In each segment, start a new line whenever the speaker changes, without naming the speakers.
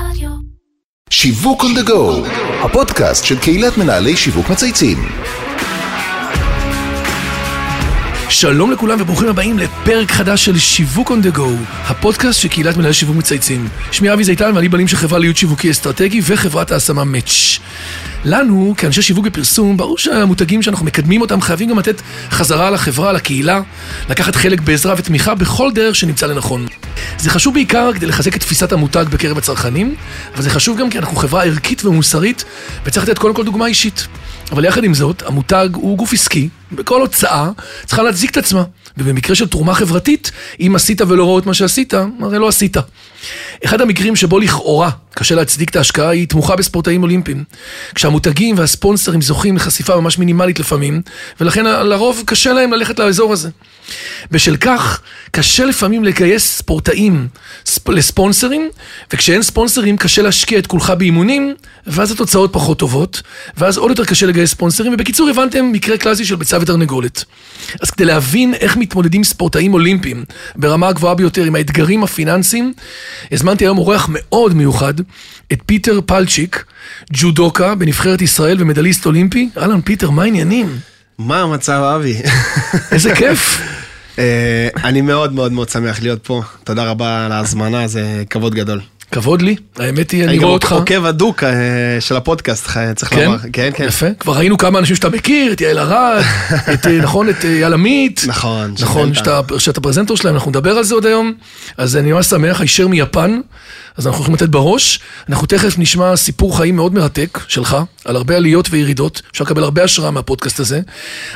רדיו.
שיווק on the go, הפודקאסט של קהילת מנהלי שיווק מצייצים.
שלום לכולם וברוכים הבאים לפרק חדש של שיווק on the go, הפודקאסט של קהילת מנהל שיווק מצייצים. שמי אבי זיתן ואני בעלים של חברה להיות שיווקי אסטרטגי וחברת ההשמה מאץ'. לנו, כאנשי שיווק ופרסום, ברור שהמותגים שאנחנו מקדמים אותם חייבים גם לתת חזרה לחברה, לקהילה, לקחת חלק בעזרה ותמיכה בכל דרך שנמצא לנכון. זה חשוב בעיקר כדי לחזק את תפיסת המותג בקרב הצרכנים, אבל זה חשוב גם כי אנחנו חברה ערכית ומוסרית, וצריך לתת קודם כל דוגמה אישית. אבל יחד עם זאת, המותג הוא גוף עסקי, בכל הוצאה צריכה להצדיק את עצמה. ובמקרה של תרומה חברתית, אם עשית ולא ראו את מה שעשית, הרי לא עשית. אחד המקרים שבו לכאורה קשה להצדיק את ההשקעה היא תמוכה בספורטאים אולימפיים. כשהמותגים והספונסרים זוכים לחשיפה ממש מינימלית לפעמים, ולכן ה- לרוב קשה להם ללכת לאזור הזה. בשל כך, קשה לפעמים לגייס ספורטאים ספ- לספונסרים, וכשאין ספונסרים קשה להשקיע את כולך באימונים, ואז התוצאות פחות טובות, ואז עוד יותר קשה לגייס ספונסרים, ובקיצור הבנתם מקרה קלאסי של ביצה ותרנגולת. אז כדי להבין איך מתמודדים ספורטאים אולימפיים ברמה הגבוהה ביותר עם האתגרים הפיננסיים, הזמנתי היום אורח מאוד מיוחד, את פיטר פלצ'יק, ג'ודוקה בנבחרת ישראל ומדליסט אולימפי. אהלן פיטר, מה העניינים?
מה המצב אבי?
איזה כיף.
אה, אני מאוד מאוד מאוד שמח להיות פה, תודה רבה על ההזמנה, זה כבוד גדול.
כבוד לי, האמת היא, אני
גם
רואה אותך.
עוקב הדוק אה, של הפודקאסט, ח- צריך
כן?
לומר. כן, כן.
יפה. כבר ראינו כמה אנשים שאתה מכיר, את יעל ארד, את, אה, נכון, את אה, יאל עמית.
נכון,
נכון, שאתה,
שאתה-
שאתה פרזנטור שלהם, אנחנו נדבר על זה עוד היום. אז אני ממש שמח, הישר מיפן, אז אנחנו יכולים לתת בראש. אנחנו תכף נשמע סיפור חיים מאוד מרתק שלך, על הרבה עליות וירידות, אפשר לקבל הרבה השראה מהפודקאסט הזה.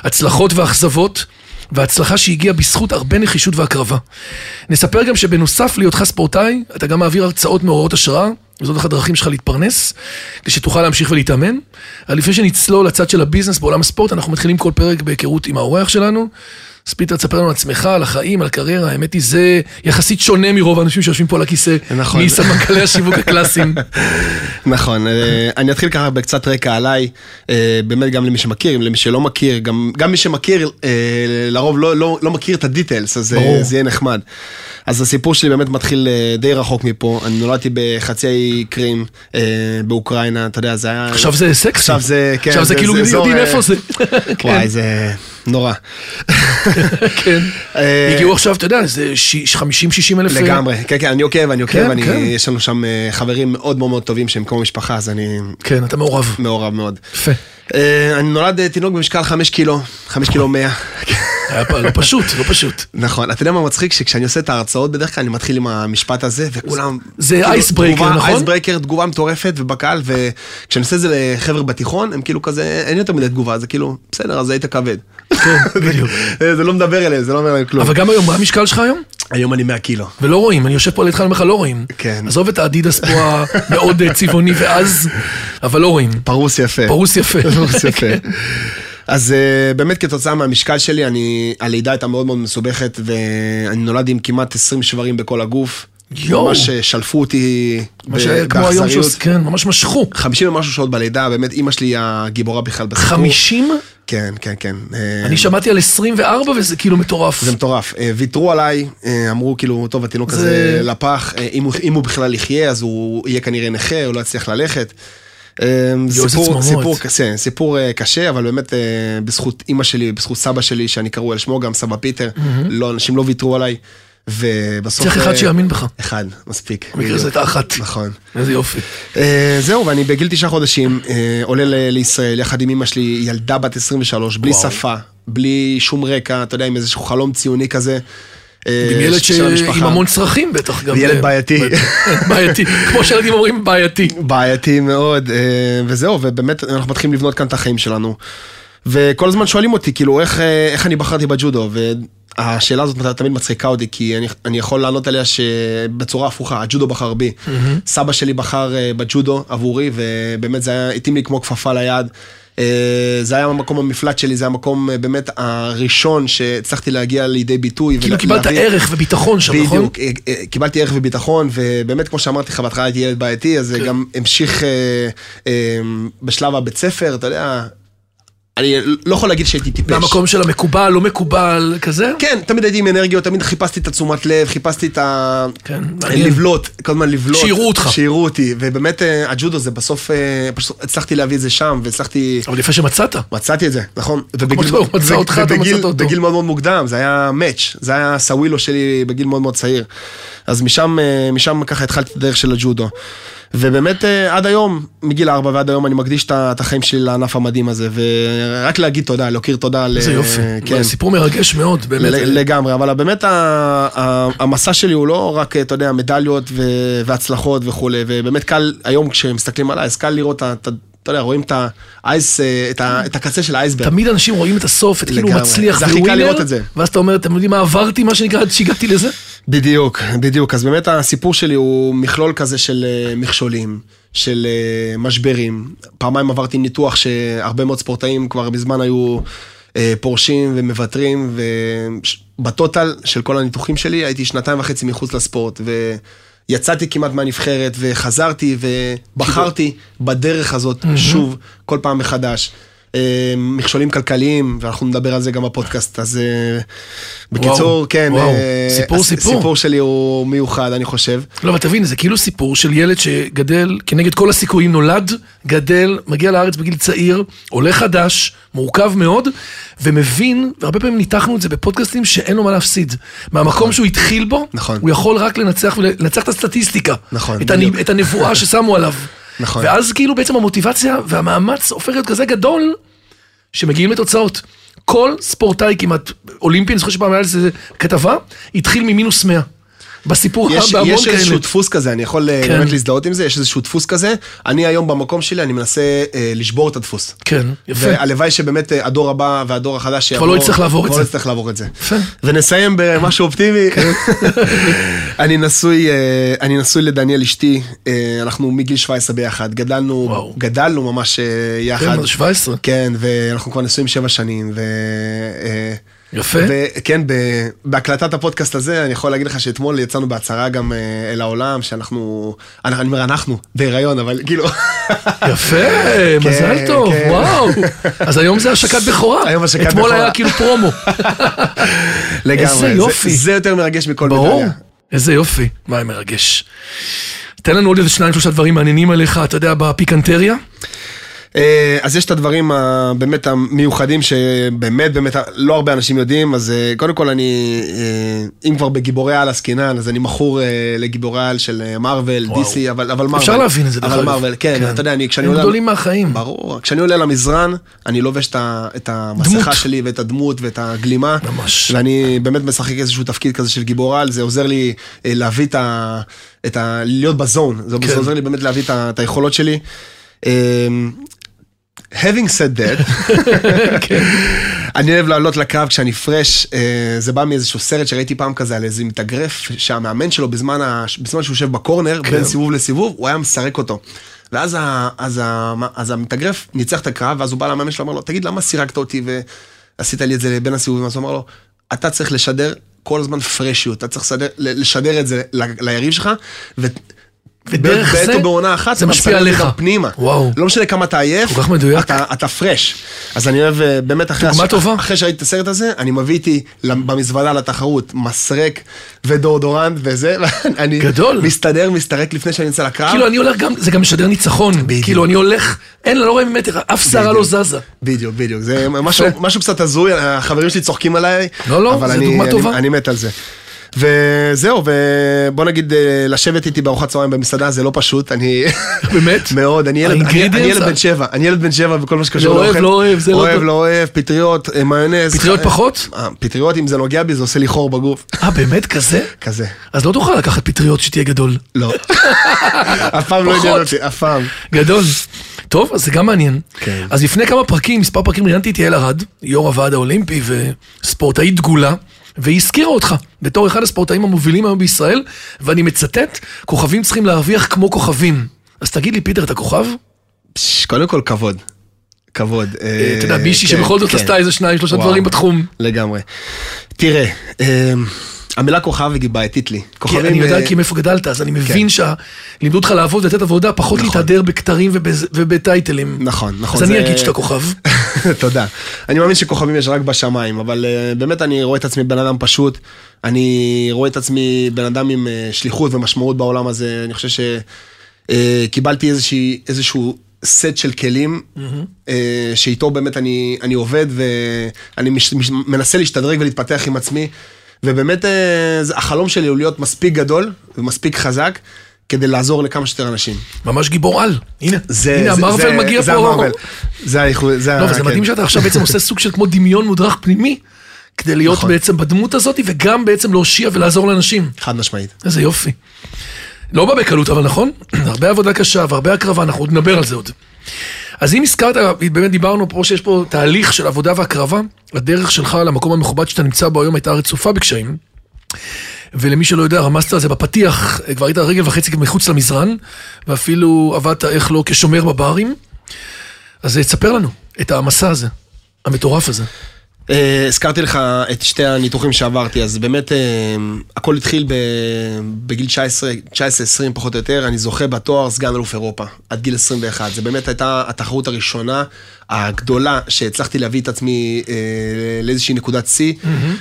הצלחות ואכזבות. וההצלחה שהגיעה בזכות הרבה נחישות והקרבה. נספר גם שבנוסף להיותך ספורטאי, אתה גם מעביר הרצאות מעוררות השראה, וזאת אחת הדרכים שלך להתפרנס, כדי שתוכל להמשיך ולהתאמן. אבל לפני שנצלול לצד של הביזנס בעולם הספורט, אנחנו מתחילים כל פרק בהיכרות עם האורח שלנו. אז פיטר, תספר לנו על עצמך, על החיים, על הקריירה, האמת היא, זה יחסית שונה מרוב האנשים שיושבים פה על הכיסא,
נכון.
מסמנכ"לי השיווק הקלאסיים.
נכון, אה, אני אתחיל ככה בקצת רקע עליי, אה, באמת גם למי שמכיר, למי שלא מכיר, גם, גם מי שמכיר, אה, לרוב לא, לא, לא מכיר את הדיטלס, אז
ברור.
אה, זה יהיה נחמד. אז הסיפור שלי באמת מתחיל אה, די רחוק מפה, אני נולדתי בחצי האי קרים אה, באוקראינה, אתה יודע, זה היה...
עכשיו זה סקסי.
עכשיו זה, כן.
עכשיו זה כאילו
אזור,
יודעים
אה,
איפה זה.
וואי, זה נורא.
כן.
אה,
הגיעו עכשיו, אתה יודע, זה 50-60 אלף. אה,
לגמרי, כן, כן, אני עוקב, אני
כן,
עוקב, אני-
כן.
יש לנו שם אה, חברים מאוד מאוד מאוד טובים שהם כמו משפחה, אז אני
כן, אתה מעורב.
מעורב מאוד.
יפה.
אה, אני נולד אה, תינוק במשקל 5 קילו, 5 קילו 100.
היה פה- לא פשוט, לא פשוט.
נכון, אתה יודע מה מצחיק? שכשאני עושה את ההרצאות בדרך כלל אני מתחיל עם המשפט הזה, וכולם...
זה
כאילו,
אייסברייקר,
תגובה-
נכון?
אייסברייקר, תגובה מטורפת ובקהל, וכשאני עושה את זה לחבר'ה בתיכון, הם כאילו כזה, אין יותר מדי תגובה, זה כאילו, בסדר, אז היית כבד.
כן, בדיוק.
זה לא מדבר אליהם, זה לא אומר להם כלום.
אבל גם היום, מה המשקל שלך היום?
היום אני 100 קילו.
ולא רואים, אני יושב פה לידך, אני אומר לך, לא רואים.
כן.
עזוב את האדידס פה המאוד אה, צבעוני ועז, אבל לא רואים.
פרוס יפה.
פרוס יפה.
פרוס יפה. אז אה, באמת כתוצאה מהמשקל שלי, אני, הלידה הייתה מאוד מאוד מסובכת, ואני נולד עם כמעט 20 שברים בכל הגוף.
יואו.
ממש אה, שלפו אותי
מה שהיה
ב-
כמו היום
באכזריות.
שעושים, כן, ממש משכו.
50 ומשהו שעות בלידה, באמת אימא שלי היא הגיבורה בכלל בסיפור.
50?
כן, כן, כן. אה,
אני שמעתי על 24 וזה כאילו מטורף.
זה מטורף. אה, ויתרו עליי, אה, אמרו כאילו, טוב, התינוק
זה-
הזה לפח, אה, אם הוא- אם הוא בכלל יחיה, אז הוא יהיה כנראה נכה, הוא לא יצליח ללכת. אה,
איזה
סיפור,
צמרמורת.
סיפור, קשה, סיפור אה, קשה, אבל באמת אה, בזכות אימא שלי, בזכות סבא שלי, שאני קרוי על שמו גם, סבא פיטר, לא, אנשים לא ויתרו עליי, ובסוף...
צריך אחד
אה,
שיאמין בך.
אחד, מספיק.
במקרה
בדיוק.
זה הייתה אחת.
נכון.
איזה יופי.
אה, זהו, ואני בגיל תשעה חודשים אה, עולה ל- לישראל יחד עם אמא שלי, ילדה בת 23, בלי
וואו.
שפה, בלי שום רקע, אתה יודע, עם איזשהו חלום ציוני כזה. אה,
עם ילד
ש-
ש-
של המשפחה.
עם המון צרכים בטח גם.
וילד
אה,
בעייתי.
בעייתי. כמו שילדים אומרים, בעייתי.
בעייתי מאוד, אה, וזהו, ובאמת אנחנו מתחילים לבנות כאן את החיים שלנו. וכל הזמן שואלים אותי, כאילו, איך, אה, איך אני בחרתי בג'ודו, והשאלה הזאת תמיד מצחיקה אותי, כי אני, אני יכול לענות עליה שבצורה הפוכה, הג'ודו בחר בי. סבא שלי בחר אה, בג'ודו עבורי, ובאמת זה היה, התאים לי כמו כפפה ליד. אה, זה היה המקום המפלט שלי, זה המקום אה, באמת הראשון שהצלחתי להגיע לידי ביטוי.
כאילו
ולה-
קיבלת
להביא-
ערך וביטחון שם, נכון?
בדיוק, אה, אה, קיבלתי ערך וביטחון, ובאמת, כמו שאמרתי לך, בהתחלה הייתי ילד
כן.
בעייתי, אז זה גם המשיך אה, אה, בשלב הבית ספר, אתה יודע, אני לא יכול להגיד שהייתי טיפש.
מהמקום של המקובל, לא מקובל, כזה?
כן, תמיד הייתי עם אנרגיות, תמיד חיפשתי את התשומת לב, חיפשתי את ה...
כן, מעניין.
לבלוט, כל הזמן לבלוט.
שיראו אותך.
שיראו אותי, ובאמת אה, הג'ודו זה בסוף, אה, פשוט הצלחתי להביא את זה שם, והצלחתי...
אבל יפה שמצאת.
מצאתי את זה, נכון?
שהוא מצא אותך, אתה
ובגיל-
מצאת אותו.
בגיל מאוד מאוד מוקדם, זה היה מאץ', זה היה סווילו שלי בגיל מאוד מאוד צעיר. אז משם, אה, משם ככה התחלתי את הדרך של הג'ודו. ובאמת אה, עד היום, מגיל ארבע ועד היום אני מקדיש את ה- את החיים שלי לענף המדהים הזה, ורק להגיד תודה, להכיר תודה ל...
איזה יופי.
כן.
סיפור מרגש מאוד, באמת.
ל- לגמרי, אבל באמת ה- ה- המסע שלי הוא לא רק, אתה יודע, מדליות ו- והצלחות וכולי, ובאמת קל, היום כשמסתכלים עליי, אז קל לראות, את ה- אתה יודע, רואים את האייס, אה, את ה- את הקצה של האייסברג.
תמיד אנשים רואים את הסוף, את כאילו הוא
לגמרי.
מצליח,
זה הכי קל
ווינר,
לראות את זה.
ואז אתה אומר, אתם יודעים מה עברתי, מה שנקרא, עד שהגעתי לזה?
בדיוק, בדיוק. אז באמת הסיפור שלי הוא מכלול כזה של אה, מכשולים, של אה, משברים. פעמיים עברתי ניתוח שהרבה מאוד ספורטאים כבר מזמן היו אה, פורשים ומוותרים, ובטוטל של כל הניתוחים שלי הייתי שנתיים וחצי מחוץ לספורט, ויצאתי כמעט מהנבחרת, וחזרתי ובחרתי בדרך הזאת שוב, כל פעם מחדש. אה, מכשולים כלכליים, ואנחנו נדבר על זה גם בפודקאסט, אז אה, בקיצור, כן,
וואו.
אה,
סיפור,
הס-
סיפור.
הסיפור שלי הוא מיוחד, אני חושב.
לא, אבל תבין, זה כאילו סיפור של ילד שגדל כנגד כל הסיכויים, נולד, גדל, מגיע לארץ בגיל צעיר, עולה חדש, מורכב מאוד, ומבין, והרבה פעמים ניתחנו את זה בפודקאסטים, שאין לו מה להפסיד. מהמקום שהוא התחיל בו,
נכון.
הוא יכול רק לנצח ולנצח את הסטטיסטיקה.
נכון,
את, הנ...
בדיוק.
את הנבואה ששמו עליו.
נכון.
ואז כאילו בעצם המוטיבציה והמאמץ הופך להיות כזה גדול, שמגיעים לתוצאות. כל ספורטאי כמעט, אולימפי, אני זוכר שפעם היה על זה כתבה, התחיל ממינוס 100. בסיפור
יש,
בהמון
יש
כאלה.
איזשהו דפוס כזה, אני יכול אה,
כן.
באמת להזדהות עם זה, יש איזשהו דפוס כזה. אני היום במקום שלי, אני מנסה אה, לשבור את הדפוס.
כן, יפה.
והלוואי שבאמת אה, הדור הבא והדור החדש שיבוא,
לא יצטרך לעבור את
כבר
זה.
לא יצטרך לעבור את זה.
יפה. כן.
ונסיים במשהו אופטימי. אני נשוי, אה, אני נשוי לדניאל אשתי, אה, אנחנו מגיל 17 ביחד, גדלנו,
וואו.
גדלנו ממש אה,
כן,
יחד.
מה זה 17?
כן, ואנחנו כבר נשואים שבע שנים, ו... אה,
יפה.
ו- כן, ב- בהקלטת הפודקאסט הזה, אני יכול להגיד לך שאתמול יצאנו בהצהרה גם אה, אל העולם, שאנחנו, אני אני אומר אנחנו, בהיריון, אבל כאילו,
יפה, מזל טוב,
כן.
וואו. אז היום זה השקת בכורה.
היום השקת
אתמול
בכורה.
היה כאילו פרומו.
לגמרי.
איזה
זה-
יופי.
זה יותר מרגש מכל
ברור.
מדליה.
איזה יופי. מה, מרגש. תן לנו עוד איזה שניים, שלושה דברים מעניינים עליך, אתה יודע, בפיקנטריה.
אה, אז יש את הדברים ה- באמת המיוחדים שבאמת באמת לא הרבה אנשים יודעים, אז אה, קודם כל אני, אה, אם כבר בגיבורי על עסקינן, אז אני מכור אה, לגיבורי על של אה, מארוול,
וואו.
DC, אבל אבל מארוול.
אפשר להבין את זה, דרך
אבל
אגב.
מארוול, כן, אתה יודע, אני כשאני
הם
עולה...
גדולים מהחיים.
ברור, כשאני עולה למזרן, אני לובש את ה- את המסכה
דמות.
שלי ואת הדמות ואת הגלימה.
ממש.
ואני באמת משחק איזשהו תפקיד כזה של גיבור על, זה עוזר לי אה, להביא את ה... את ה... להיות בזון, זה
כן.
עוזר לי באמת להביא את ה- את היכולות שלי. אמ, Having said that,
כן.
אני אוהב לעלות לקרב כשאני פרש, אה, זה בא מאיזשהו סרט שראיתי פעם כזה על איזה מתאגרף, שהמאמן שלו בזמן, ה... בזמן שהוא יושב בקורנר,
כן.
בין סיבוב לסיבוב, הוא היה מסרק אותו. ואז ה... אז ה... אז המתאגרף ניצח את הקרב, ואז הוא בא למאמן שלו, אמר לו, תגיד, למה סירקת אותי ועשית לי את זה בין הסיבובים? אז הוא אמר לו, אתה צריך לשדר כל הזמן פרשיות, אתה צריך לסדר, לשדר את זה ל... ליריב שלך, ו...
ודרך
בעת
זה,
או בעונה אחת,
זה
אתה
משפיע
שם את זה
עליך.
גם פנימה.
וואו.
לא משנה כמה אתה עייף,
כל כך מדויק.
אתה, אתה פרש. אז אני אוהב, אה, באמת, אחרי,
דוגמה טובה.
אחרי שראיתי את הסרט הזה, אני מביא איתי למ- במזוודה לתחרות מסרק ודורדורנט וזה, ואני
גדול.
מסתדר, מסתרק לפני שאני יוצא לקרב.
כאילו, אני הולך גם, זה גם משדר ניצחון.
בדיוק.
כאילו, אני הולך, אין, לא רואה ממטר, אף שערה לא
בדיוק.
זזה.
בדיוק, בדיוק, זה משהו, משהו קצת הזוי, החברים שלי צוחקים עליי,
לא, לא,
אבל
זה
אני,
דוגמה
אני,
טובה.
אני מת על זה. וזהו, ובוא נגיד, אה, לשבת איתי בארוחת צהריים במסעדה זה לא פשוט, אני...
באמת?
מאוד, אני ילד, אני,
האינגרידיאנטס,
אני ילד
אה?
בן שבע, אני ילד בן שבע בכל מה שקשור
לא אוהב,
לאוכל.
לא אוהב, זה לא
אוהב,
טוב.
לא אוהב, פטריות, אה, מיונז.
פטריות
אה,
פחות?
אה, פטריות, אם זה נוגע בי, זה עושה לי חור בגוף.
אה, באמת כזה?
כזה.
אז לא תוכל לקחת פטריות שתהיה גדול.
לא. אף פעם לא
פחות.
עניין אותי, אף פעם.
גדול. טוב, אז זה גם מעניין.
כן.
אז לפני כמה פרקים, מספר פרקים, ראיינתי את יעל ארד, יו"ר הוועד האולימפי וספורטאית דגולה, והיא הזכירה אותך בתור אחד הספורטאים המובילים היום בישראל, ואני מצטט, כוכבים צריכים להרוויח כמו כוכבים. אז תגיד לי, פיטר, אתה כוכב?
פש, קודם כל, כבוד. כבוד. כן,
אה, אתה יודע, מישהי שבכל זאת עשתה איזה שניים, שלושה
וואו.
דברים בתחום.
לגמרי. תראה, אמ, המילה כוכבית היא בעייתית לי.
כי
כוכבים,
אני
אה, כן.
יודע כי מאיפה גדלת, אז אני מבין שלימדו אותך לעבוד ולתת עבודה, פחות להתהדר בכתרים ובז- ובטייטלים.
נכון, נכון.
אז אני
זה-
אגיד שאתה כוכב.
תודה. אני מאמין שכוכבים יש רק בשמיים, אבל אה, באמת אני רואה את עצמי בן אדם פשוט. אני רואה את עצמי בן אדם עם אה, שליחות ומשמעות בעולם הזה. אני חושב שקיבלתי איזשהו סט של כלים, אה, שאיתו באמת אני, אני עובד ואני מש, מש, מנסה להשתדרג ולהתפתח עם עצמי. ובאמת אה, זה- החלום שלי הוא להיות מספיק גדול ומספיק חזק כדי לעזור לכמה שיותר אנשים.
ממש גיבור על. הנה,
זה-
הנה
זה-
המרוויל
זה-
מגיע
זה
פה.
המרוויל. זה האיחוד, זה
לא, אבל זה
כן.
מדהים שאתה עכשיו בעצם עושה סוג של כמו דמיון מודרך פנימי, כדי להיות
נכון.
בעצם בדמות הזאת, וגם בעצם להושיע ולעזור לאנשים.
חד משמעית.
איזה יופי. לא בא בקלות, אבל נכון? הרבה עבודה קשה והרבה הקרבה, אנחנו עוד נדבר על זה עוד. אז אם הזכרת, באמת דיברנו פה שיש פה תהליך של עבודה והקרבה, הדרך שלך למקום המכובד שאתה נמצא בו היום הייתה רצופה בקשיים. ולמי שלא יודע, רמזת על זה בפתיח, כבר היית רגל וחצי מחוץ למזרן, ואפילו עבדת, איך לא, כשומר בברים. אז אה, תספר לנו את המסע הזה, המטורף הזה.
אה, הזכרתי לך את שתי הניתוחים שעברתי, אז באמת אה, הכל התחיל ב- בגיל 19-20 פחות או יותר, אני זוכה בתואר סגן אלוף אירופה, עד גיל 21. זו באמת הייתה התחרות הראשונה הגדולה שהצלחתי להביא את עצמי אה, לאיזושהי נקודת שיא,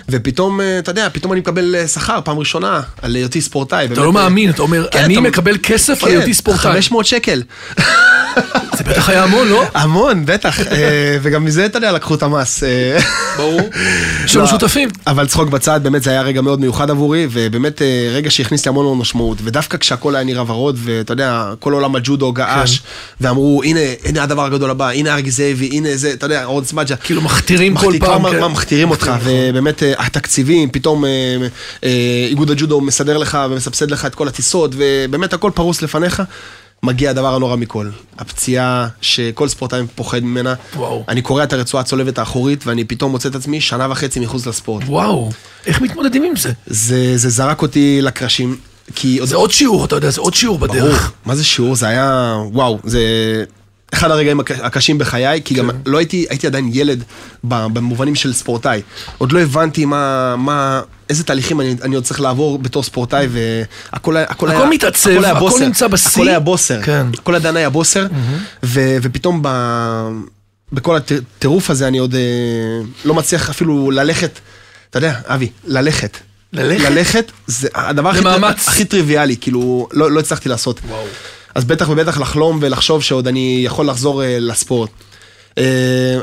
ופתאום, אה, אתה יודע, פתאום אני מקבל אה, שכר פעם ראשונה על היותי ספורטאי.
אתה לא מאמין, אתה אומר,
כן,
אני
אתה-
מקבל כסף על היותי ספורטאי.
500 שקל.
זה בטח היה המון, לא?
המון, בטח. אה, וגם מזה, אתה יודע, לקחו את המס. אה,
ברור. יש לנו
לא,
שותפים.
אבל צחוק בצד, באמת זה היה רגע מאוד מיוחד עבורי, ובאמת אה, רגע שהכניס לי המון המון משמעות. ודווקא כשהכל היה נראה ורוד, ואתה יודע, כל עולם הג'ודו
כן.
געש, ואמרו, הנה, הנה הדבר הגדול הבא, הנה ארג זאבי, הנה זה, אתה יודע, עוד סמג'ה.
כאילו מכתירים כל
מכתיר-
פעם.
כבר
כן.
מה- מכתירים אותך, ובאמת אה, התקציבים, פתאום אה, אה, איגוד הג'ודו מסדר לך ומסבסד לך את כל הטיסות, ובאמת הכל פרוס לפניך. מגיע הדבר הנורא מכל, הפציעה שכל ספורטאי פוחד ממנה.
וואו.
אני קורע את הרצועה הצולבת האחורית, ואני פתאום מוצא את עצמי שנה וחצי מחוץ לספורט.
וואו, איך מתמודדים עם זה?
זה, זה זרק אותי לקרשים, כי...
זה עוד שיעור, אתה יודע, זה עוד שיעור
ברור,
בדרך.
מה זה שיעור? זה היה, וואו, זה אחד הרגעים הק- הקשים בחיי, כי
כן.
גם לא הייתי, הייתי עדיין ילד ב- במובנים של ספורטאי. עוד לא הבנתי מה, מה, איזה תהליכים אני, אני עוד צריך לעבור בתור ספורטאי, והכל היה, הכל
הכל
היה,
מתעצב, הכל
בוסר,
נמצא בשיא.
הכל היה בוסר,
כן.
הכל עדיין היה בוסר, ו, ופתאום ב, בכל הטירוף הזה אני עוד אה, לא מצליח אפילו ללכת, אתה יודע, אבי, ללכת.
ללכת?
ללכת זה הדבר הכי,
במאמץ.
הכי טריוויאלי, כאילו, לא, לא הצלחתי לעשות.
וואו.
אז בטח ובטח לחלום ולחשוב שעוד אני יכול לחזור אה, לספורט. אה,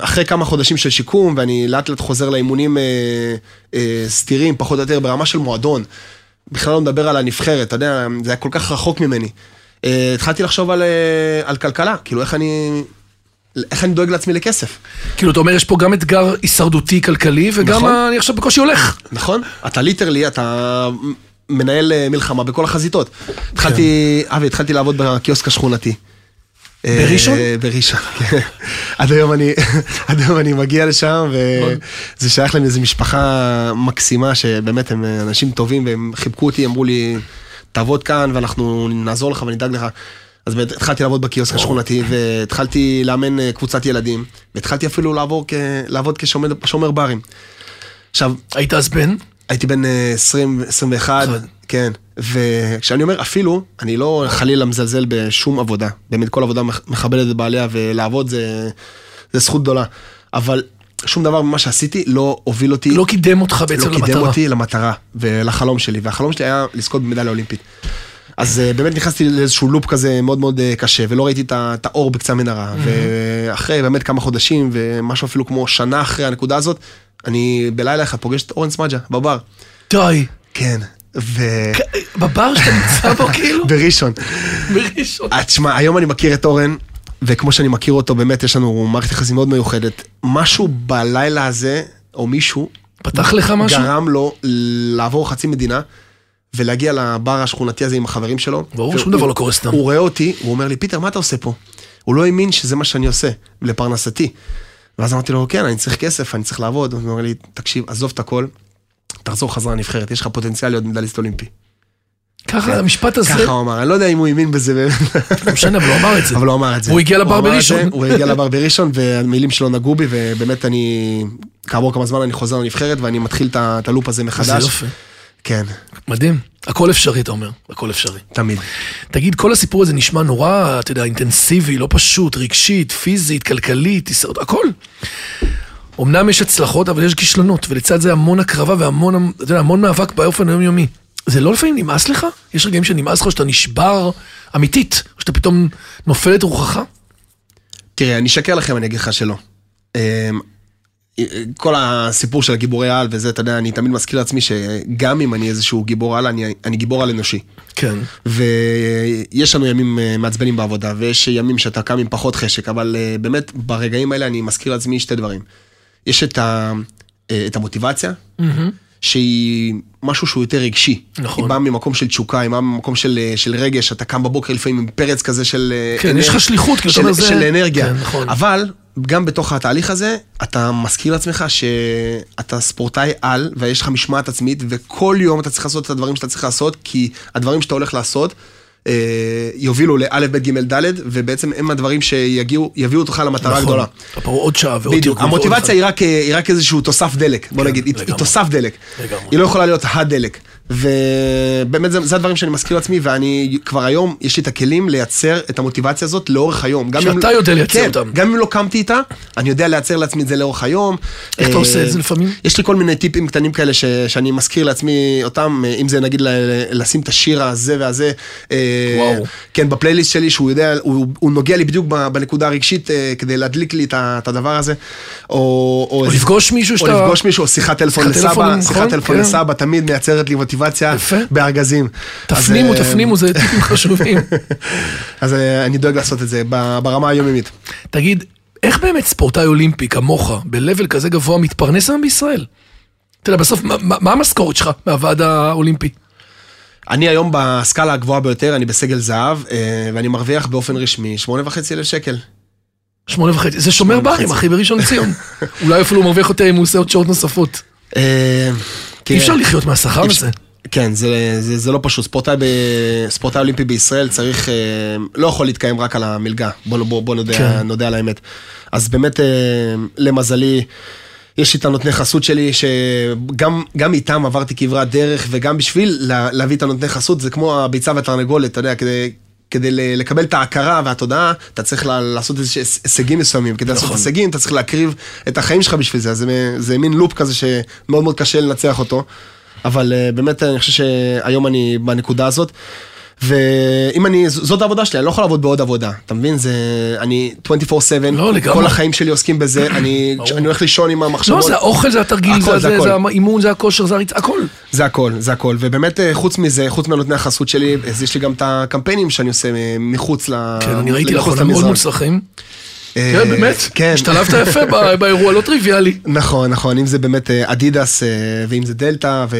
אחרי כמה חודשים של שיקום, ואני לאט לאט חוזר לאימונים אה, אה, סדירים, פחות או יותר, ברמה של מועדון. בכלל לא מדבר על הנבחרת, אתה יודע, זה היה כל כך רחוק ממני. אה, התחלתי לחשוב על, אה, על כלכלה, כאילו איך אני, איך אני דואג לעצמי לכסף.
כאילו, אתה אומר, יש פה גם אתגר הישרדותי כלכלי, וגם
נכון.
ה- אני עכשיו בקושי הולך.
נכון? אתה ליטרלי, אתה מנהל אה, מלחמה בכל החזיתות. התחלתי, אבי, התחלתי לעבוד בקיוסק השכונתי. אה,
בראשון?
בראשון, כן. עד היום אני- עד היום אני מגיע לשם, וזה שייך להם איזו משפחה מקסימה, שבאמת הם אה, אנשים טובים, והם חיבקו אותי, אמרו לי, תעבוד כאן, ואנחנו נעזור לך ונדאג לך. אז באמת התחלתי לעבוד בקיוסק השכונתי, והתחלתי לאמן אה, קבוצת ילדים, והתחלתי אפילו לעבור כ- לעבוד כשומר ברים. עכשיו,
היית אז בן?
הייתי בן אה, 20, 21,
אחד.
כן. וכשאני אומר אפילו, אני לא חלילה מזלזל בשום עבודה. באמת כל עבודה מח- מכבדת את בעליה, ולעבוד זה, זה זכות גדולה. אבל שום דבר ממה שעשיתי לא הוביל אותי,
לא קידם אותך בעצם
לא קידם
למטרה.
אותי למטרה ולחלום שלי. והחלום שלי היה לזכות במדליה אולימפית. אז אה, באמת נכנסתי לאיזשהו לופ כזה מאוד מאוד אה, קשה, ולא ראיתי את ה- את האור בקצה המנהרה. ואחרי באמת כמה חודשים, ומשהו אפילו כמו שנה אחרי הנקודה הזאת, אני בלילה אחד פוגש את אורן סמג'ה בבר.
די.
כן, ו...
בבר שאתה נמצא בו, כאילו,
בראשון.
בראשון.
אה, תשמע, היום אני מכיר את אורן, וכמו שאני מכיר אותו, באמת יש לנו מערכת יחסים מאוד מיוחדת. משהו בלילה הזה, או מישהו,
פתח לך משהו?
גרם לו לעבור חצי מדינה. ולהגיע לבר השכונתי הזה עם החברים שלו.
ברור,
והוא-
שום דבר לא קורה סתם.
הוא רואה אותי, הוא אומר לי, פיטר, מה אתה עושה פה? הוא לא האמין שזה מה שאני עושה, לפרנסתי. ואז אמרתי לו, כן, אני צריך כסף, אני צריך לעבוד. הוא אומר לי, תקשיב, עזוב את הכל, תחזור חזרה לנבחרת, יש לך פוטנציאל להיות מדליסט אולימפי.
ככה, המשפט הזה,
כן. ככה הוא אמר, אני לא יודע אם הוא האמין בזה, באמת,
לא משנה, אבל הוא אמר את זה.
אבל הוא אמר את זה.
הוא הגיע לבר
אמר את זה,
בראשון.
הוא הגיע לבר בראשון, והמילים שלו נגעו בי, ובאמת אני, כעבור כמה זמן אני חוזר לנבחרת, ואני מתחיל את ה- את הלופ הזה
זה
מחדש.
יופי.
כן,
מדהים. הכל אפשרי, אתה אומר. הכל אפשרי.
תמיד.
תגיד, כל הסיפור הזה נשמע נורא, אתה יודע, אינטנסיבי, לא פשוט, רגשית, פיזית, כלכלית, טיסות, הכל. אמנם יש הצלחות, אבל יש כישלונות, ולצד זה המון הקרבה והמון, אתה יודע, המון מאבק באופן היומיומי. זה לא לפעמים נמאס לך? יש רגעים שנמאס לך, שאתה נשבר אמיתית, או שאתה פתאום נופל את רוחך?
תראה, אני אשקר לכם, אני אגיד לך שלא. אמ, כל הסיפור של הגיבורי העל וזה, אתה יודע, אני תמיד מזכיר לעצמי שגם אם אני איזשהו גיבור על, אני, אני גיבור על אנושי.
כן.
ויש לנו ימים אה, מעצבנים בעבודה, ויש ימים שאתה קם עם פחות חשק, אבל אה, באמת, ברגעים האלה אני מזכיר לעצמי שתי דברים. יש את, ה, אה, את המוטיבציה, שהיא משהו שהוא יותר רגשי.
נכון.
היא באה ממקום של תשוקה, היא באה ממקום של, אה, של רגש, אתה קם בבוקר לפעמים עם פרץ כזה של... אה,
כן,
אנר-
יש לך שליחות, כאילו, אתה
של,
אומר, זה-
של אנרגיה.
כן, נכון.
אבל גם בתוך התהליך הזה, אתה מזכיר לעצמך שאתה ספורטאי על, ויש לך משמעת עצמית, וכל יום אתה צריך לעשות את הדברים שאתה צריך לעשות, כי הדברים שאתה הולך לעשות אה, יובילו לאלף, בית, ג', ד', ובעצם הם הדברים שיגיעו, יביאו אותך למטרה
נכון.
הגדולה.
אתה רואה עוד שעה ועוד
בדיוק,
ארגון ועוד
המוטיבציה
אחד.
היא רק, אה, היא רק איזשהו תוסף דלק, בוא
כן,
נגיד, היא- היא
לגמרי.
תוסף דלק.
לגמרי.
היא לא יכולה להיות הדלק. ובאמת זה, זה הדברים שאני מזכיר לעצמי, ואני כבר היום, יש לי את הכלים לייצר את המוטיבציה הזאת לאורך היום. גם אם-
שאתה יודע לייצר
כן,
אותם.
גם אם לא קמתי איתה, אני יודע לייצר לעצמי את זה לאורך היום.
איך אתה
אה,
עושה את זה לפעמים?
יש לי כל מיני טיפים קטנים כאלה ש, שאני מזכיר לעצמי אותם, אה, אם זה נגיד ל, לשים את השיר הזה והזה. אה,
וואו.
כן, בפלייליסט שלי, שהוא יודע, הוא, הוא נוגע לי בדיוק ב- בנקודה הרגשית אה, כדי להדליק לי את, ה- את הדבר הזה. או, או,
או לפגוש מישהו
או
שאתה...
לפגוש מישהו, או שיחת טלפון
שיחת
לסבא,
טלפון,
שיחת
נכון,
טלפון
כן.
לסבא תמיד מייצרת לי מוטיבציה
יפה.
בארגזים. אז,
תפנימו,
אה,
תפנימו, זה טיפים חשובים.
אז אה, אני דואג לעשות את זה ב- ברמה היומיומית.
תגיד, איך באמת ספורטאי אולימפי כמוך, ב-level כזה גבוה, מתפרנס היום בישראל? אתה יודע, בסוף, מה- מה מה המשכורת שלך מהוועד האולימפי?
אני היום בסקאלה הגבוהה ביותר, אני בסגל זהב, אה, ואני מרוויח באופן רשמי 8,500 שקל.
שמונה וחצי. זה שומר
שמונה
ברים,
וחצי.
אחי, בראשון לציון. אולי אפילו הוא מרוויח יותר אם הוא עושה עוד שעות נוספות.
אה, כן.
אי אפשר לחיות מהשכר
אי אפשר-
הזה.
כן, זה, זה, זה לא פשוט. ספורטאי, ב, ספורטאי אולימפי בישראל צריך, אה, לא יכול להתקיים רק על המלגה. בוא, בוא, בוא נודה,
כן.
כן. נודה על האמת. אז באמת, אה, למזלי, יש לי את הנותני חסות שלי, שגם גם איתם עברתי כברת דרך, וגם בשביל לה, להביא את הנותני חסות, זה כמו הביצה והתרנגולת, אתה יודע, כדי... כדי ל- לקבל את ההכרה והתודעה, אתה צריך לה- לעשות איזה הישגים מסוימים. כדי לעשות
נכון.
הישגים, אתה צריך להקריב את החיים שלך בשביל זה. אז זה, מ- זה מין לופ כזה שמאוד מאוד קשה לנצח אותו. אבל אה, באמת, אני חושב שהיום אני בנקודה הזאת. ואם אני, ז- זאת העבודה שלי, אני לא יכול לעבוד בעוד עבודה, אתה מבין? זה, אני 24/7,
לא, לגמרי.
כל החיים שלי עוסקים בזה, אני,
ברור.
כשאני הולך לישון עם המחשבות.
לא, זה האוכל, זה התרגיל,
הכל,
זה-
זה
זה
הכל.
זה האימון, זה הכושר, זה הריצה, הכל.
זה הכל, זה הכל, ובאמת אה, חוץ מזה, חוץ מהנותני החסות שלי, אז יש לי גם את הקמפיינים שאני עושה אה, מחוץ ל...
כן, אני ראיתי
מחוץ
לאחרונה מאוד
למזרן.
מוצלחים.
אה,
כן, באמת.
כן.
השתלבת יפה ב- באירוע, לא טריוויאלי.
נכון, נכון, אם זה באמת אה, אדידס, אה, ואם זה דלתא, ו...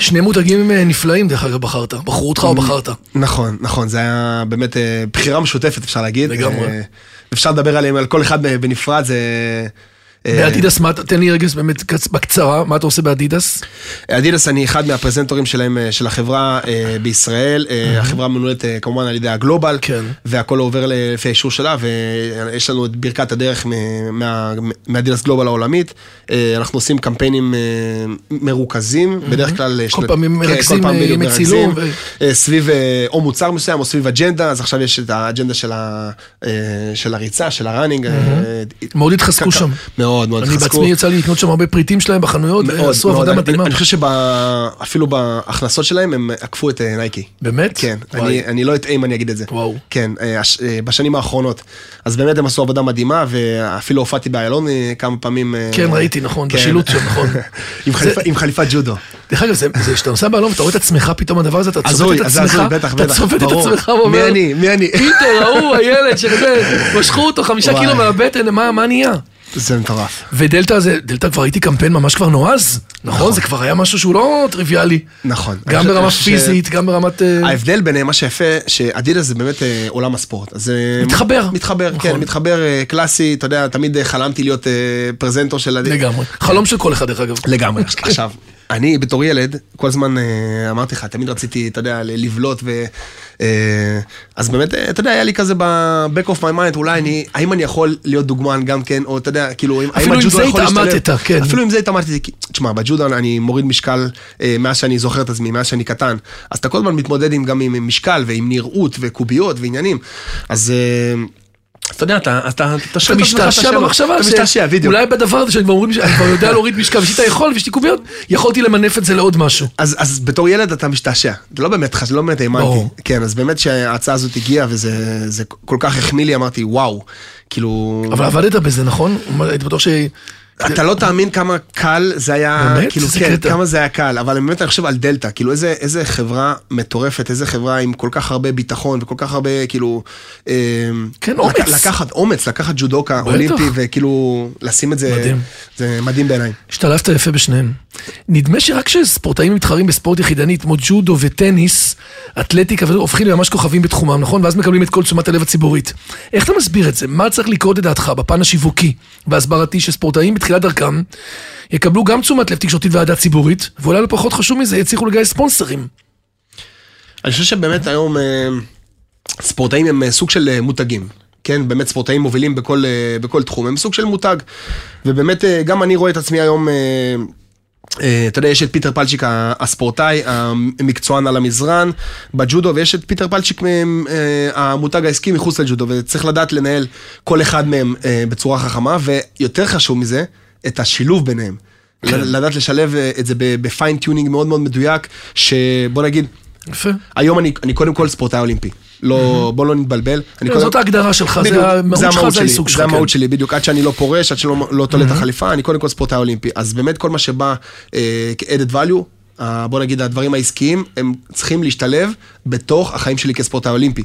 שני מותגים אה, נפלאים, דרך אגב, בחרת. בחרו
אה,
אותך או בחרת.
נכון, נכון, זה היה באמת אה, בחירה משותפת, אפשר להגיד.
לגמרי.
אה, אפשר לדבר עליהם, על כל אחד אה, בנפרד, זה... אה,
באדידס, מה אתה- תן לי רגע באמת קצ- בקצרה, מה אתה עושה באדידס?
אדידס אני אחד מהפרזנטורים שלהם, אה, של החברה אה, בישראל. אה, החברה מנוהלת אה, כמובן על ידי הגלובל,
כן.
והכל עובר לפי האישור שלה, ויש לנו את ברכת הדרך מ- מה- מאדידס גלובל העולמית. אה, אנחנו עושים קמפיינים אה, מרוכזים, בדרך כלל... אה,
כל
שנת-
פעם הם
כן, כל
מרכזים,
פעם
אה,
בדיוק
ימי
מרכזים.
צילום ו-
אה, סביב אה, או מוצר מסוים או סביב אג'נדה, אז עכשיו יש את האג'נדה של, ה, אה, של הריצה, של הראנינג. אה,
מאוד התחזקו שם.
מאוד מאוד
אני
התחזקו.
בעצמי יצא לי לקנות שם הרבה פריטים שלהם בחנויות,
מאוד,
ועשו
מאוד.
עבודה
אני-
מדהימה.
אני חושב שאפילו בהכנסות שלהם הם עקפו את אה, נייקי.
באמת?
כן,
וואי.
אני, אני לא אטעה אם אני אגיד את זה.
וואו.
כן, אה, הש- אה, בשנים האחרונות. אז באמת הם עשו עבודה מדהימה, ואפילו הופעתי באיילון אה, כמה פעמים. אה,
כן, ראיתי, נכון,
כן.
בשילוט שם, נכון.
עם
זה-
חליפה- עם חליפת ג'ודו.
דרך אגב, זה- זה- כשאתה נוסע בעלום, אתה רואה את עצמך פתאום הדבר הזה, אתה צובט
הזוי,
את
אז הזוי,
עצמך,
בטח, בטח.
אתה צובט את
ברור.
עצמך ואומר,
מי אני? מי אני?
פיטר, ההוא, הילד, שזה, משכו אותו חמישה
וואי.
קילו מהבטן, מה מה נהיה?
זה מטורף.
ודלתא זה, דלתא כבר הייתי קמפיין ממש כבר נועז, נכון? זה כבר היה משהו שהוא לא טריוויאלי.
נכון. אני
גם
חושב-
ברמה
אני חושב ש-
פיזית, גם ברמת... אה,
ההבדל ביניהם, מה שיפה, שאדידס זה באמת אה, עולם הספורט. אז, אה,
מתחבר.
מתחבר,
נכון.
כן, מתחבר אה, קלאסי, אתה יודע, תמיד אה, חלמתי להיות אה, פרזנטור של אדידס.
לגמרי. חלום של כל אחד, דרך אגב.
לגמרי. עכשיו, אני בתור ילד, כל הזמן אה, אמרתי לך, תמיד רציתי, אתה יודע, ל- לבלוט ו... אה, אז באמת, אה, אתה יודע, היה לי כזה ב-back of my mind, אולי אני, האם אני יכול להיות דוגמן גם כן, או אתה יודע, כאילו, האם
אפילו עם
הג'ודו
זה
יכול להשתלב?
התעמתת, כן.
אפילו עם זה התעמתתי, כי- תשמע, בג'ודו אני מוריד משקל אה, מאז שאני זוכר את עצמי, מאז שאני קטן. אז אתה כל הזמן מתמודד עם, גם עם עם משקל ועם נראות וקוביות ועניינים. אז... אה, אתה יודע, אתה, אתה, אתה
אתה
שואל את עצמך את
משתעשע
השאלות.
במחשבה,
אתה
ש-
משתעשע, בדיוק.
אולי בדבר הזה שאני כבר מוריד- שאני כבר יודע להוריד משקל, ושאתה יכול ויש לי קוביות, יכולתי למנף את זה לעוד משהו.
אז, אז בתור ילד אתה משתעשע, זה לא באמת, זה לא באמת האמנתי.
ברור.
כן, אז באמת שההצעה הזאת הגיעה וזה זה כל כך החמיא לי, אמרתי, וואו, כאילו,
אבל עבדת בזה, נכון? הייתי בטוח ש...
אתה לא תאמין כמה קל זה היה,
באמת?
כאילו,
איזה
כן,
קטע.
כמה זה היה קל, אבל באמת אני חושב על דלתא, כאילו איזה, איזה חברה מטורפת, איזה חברה עם כל כך הרבה ביטחון וכל כך הרבה, כאילו, אה,
כן, אומץ.
לקחת אומץ, לקחת ג'ודוקה אולימפי וכאילו, לשים את זה,
מדהים.
זה מדהים בעיניי.
השתלבת יפה בשניהם. נדמה שרק כשספורטאים מתחרים בספורט יחידני, כמו ג'ודו וטניס, אתלטיקה, וזה, הופכים לממש כוכבים בתחומם, נכון? ואז מקבלים את כל תשומת הלב הציבורית. איך אתה מסביר את זה? מה צריך לקרות לדעתך בפן השיווקי וההסברתי שספורטאים בתחילת דרכם יקבלו גם תשומת לב תקשורתית ואהדה ציבורית, ואולי לא פחות חשוב מזה, יצליחו לגייס ספונסרים.
אני חושב שבאמת היום אה, ספורטאים הם אה, סוג של אה, מותגים. כן, באמת ספורטאים מובילים בכל, אה, בכל תחום, הם סוג של מותג. ובאמת, אה, גם אני רואה את עצמי היום, אה, אה, אתה יודע, יש את פיטר פלצ'יק ה- הספורטאי, המקצוען על המזרן, בג'ודו, ויש את פיטר פלצ'יק מהם, אה, המותג העסקי מחוץ לג'ודו, וצריך לדעת לנהל כל אחד מהם אה, בצורה חכמה, ויותר חשוב מזה, את השילוב ביניהם. ל- לדעת לשלב אה, את זה בפיינטיונינג מאוד מאוד מדויק, שבוא נגיד,
יפה.
היום אני, אני קודם כל ספורטאי אולימפי. לא, בוא לא נתבלבל. אני קודם-
זאת ההגדרה שלך,
בדיוק,
זה המהות שלך, זה
שלי,
העיסוק שלך.
זה המהות
כן.
שלי, בדיוק. עד שאני לא פורש, עד שלא לא תולה את החליפה, אני קודם כל ספורטאי אולימפי. אז באמת כל מה שבא אה, כ-added value, אה, בוא נגיד הדברים העסקיים, הם צריכים להשתלב בתוך החיים שלי כספורטאי אולימפי.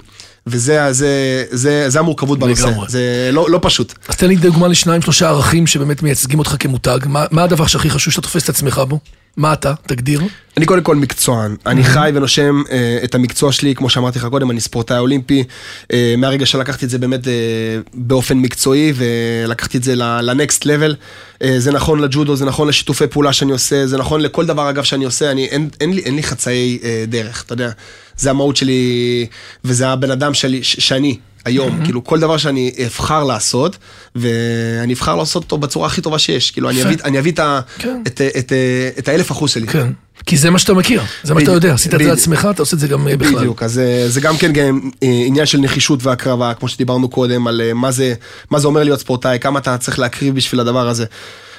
וזה ה- זה, זה, זה המורכבות בנושא,
לגמרי.
זה לא, לא פשוט.
אז תן לי דוגמה לשניים שלושה ערכים שבאמת מייצגים אותך כמותג. מה, מה הדבר שהכי חשוב שאתה תופס את עצמך בו? מה אתה? תגדיר.
אני קודם כל מקצוען, אני חי ונושם אה, את המקצוע שלי, כמו שאמרתי לך קודם, אני ספורטאי אולימפי, אה, מהרגע שלקחתי את זה באמת אה, באופן מקצועי ולקחתי את זה לנקסט לבל, אה, זה נכון לג'ודו, זה נכון לשיתופי פעולה שאני עושה, זה נכון לכל דבר אגב שאני עושה, אני, אין, אין, לי, אין לי חצאי אה, דרך, אתה יודע, זה המהות שלי וזה הבן אדם שלי, ש- שאני. היום, mm-hmm. כאילו כל דבר שאני אבחר לעשות, ואני אבחר לעשות אותו בצורה הכי טובה שיש, כאילו אני
יפה.
אביא, אני אביא את, ה-
כן.
את, את, את, את האלף אחוז שלי.
כן. כי זה מה שאתה מכיר, זה מה שאתה
בדיוק,
יודע, עשית את זה
בדיוק.
לעצמך, אתה עושה את זה גם אה, בכלל.
בדיוק, אז אה, זה גם כן גם אה, עניין של נחישות והקרבה, כמו שדיברנו קודם, על אה, מה זה, מה זה אומר להיות ספורטאי, כמה אתה צריך להקריב בשביל הדבר הזה.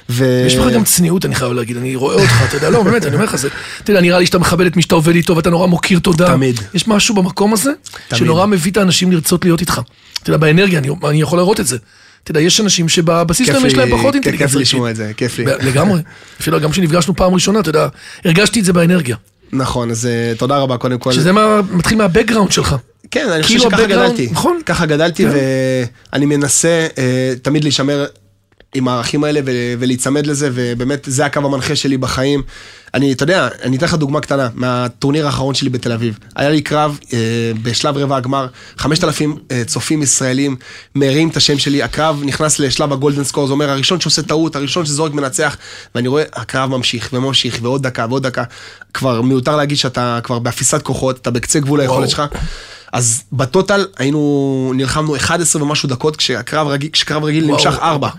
ו...
יש לך גם צניעות, אני חייב להגיד, אני רואה אותך, אתה יודע, לא, באמת, אני אומר לך, זה, אתה יודע, נראה לי שאתה מכבד את מי שאתה עובד איתו, ואתה נורא מוקיר תודה.
תמיד.
יש משהו במקום הזה, שנורא מביא את האנשים לרצות להיות איתך. אתה יודע, באנרגיה, אני, אני יכול לראות את זה. אתה יודע, יש אנשים שבבסיס
כיף
שלהם יש
לי-
להם פחות
כיף-
אינטליגנציה.
כיף לי לשמוע
רגשית.
את זה, כיף לי.
ב- לגמרי. אפילו גם כשנפגשנו פעם ראשונה, אתה יודע, הרגשתי את זה באנרגיה.
נכון, אז אה, תודה רבה קודם כל.
שזה מה- מתחיל מהבקגראונד שלך.
כן, אני חושב
כאילו
שככה
ה-background,
גדלתי.
נכון.
ככה גדלתי,
כן.
ואני מנסה אה, תמיד להישמר עם הערכים האלה ו- ולהיצמד לזה, ובאמת זה הקו המנחה שלי בחיים. אני, אתה יודע, אני אתן לך דוגמה קטנה מהטורניר האחרון שלי בתל אביב. היה לי קרב אה, בשלב רבע הגמר, 5,000 אה, צופים ישראלים מרים את השם שלי, הקרב נכנס לשלב הגולדן סקור, זה אומר הראשון שעושה טעות, הראשון שזורק מנצח, ואני רואה, הקרב ממשיך וממשיך ועוד דקה ועוד דקה. כבר מיותר להגיד שאתה כבר באפיסת כוחות, אתה בקצה גבול היכולת שלך. אז בטוטל היינו, נלחמנו 11 ומשהו דקות, כשהקרב רגיל, כשקרב רגיל
וואו.
נמשך 4.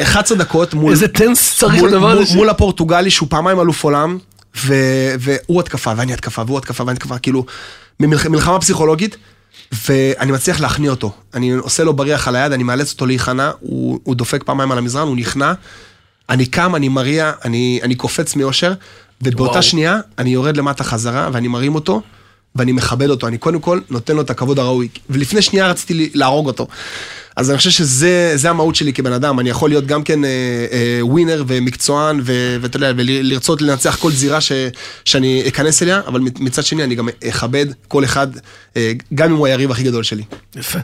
11 דקות מול...
איזה טנס צריך
מול-
הדבר
מול-
הזה. ש-
מול הפורטוגלי שהוא פעמיים אלוף עולם, ו- והוא התקפה ואני התקפה והוא התקפה ואני התקפה, כאילו, ממלח- מלחמה פסיכולוגית, ואני מצליח להכניע אותו. אני עושה לו בריח על היד, אני מאלץ אותו להיכנע, הוא הוא דופק פעמיים על המזרן, הוא נכנע. אני קם, אני מריע, אני אני קופץ מאושר, ובאותה
וואו.
שנייה אני יורד למטה חזרה ואני מרים אותו. ואני מכבד אותו, אני קודם כל נותן לו את הכבוד הראוי, ולפני שנייה רציתי לי- להרוג אותו. אז אני חושב שזה זה המהות שלי כבן אדם, אני יכול להיות גם כן אה, אה, ווינר ומקצוען, ו- ואתה יודע, ולרצות לנצח כל זירה ש- שאני אכנס אליה, אבל מצ- מצד שני אני גם אכבד כל אחד, אה, גם אם הוא היריב הכי גדול שלי.
יפה.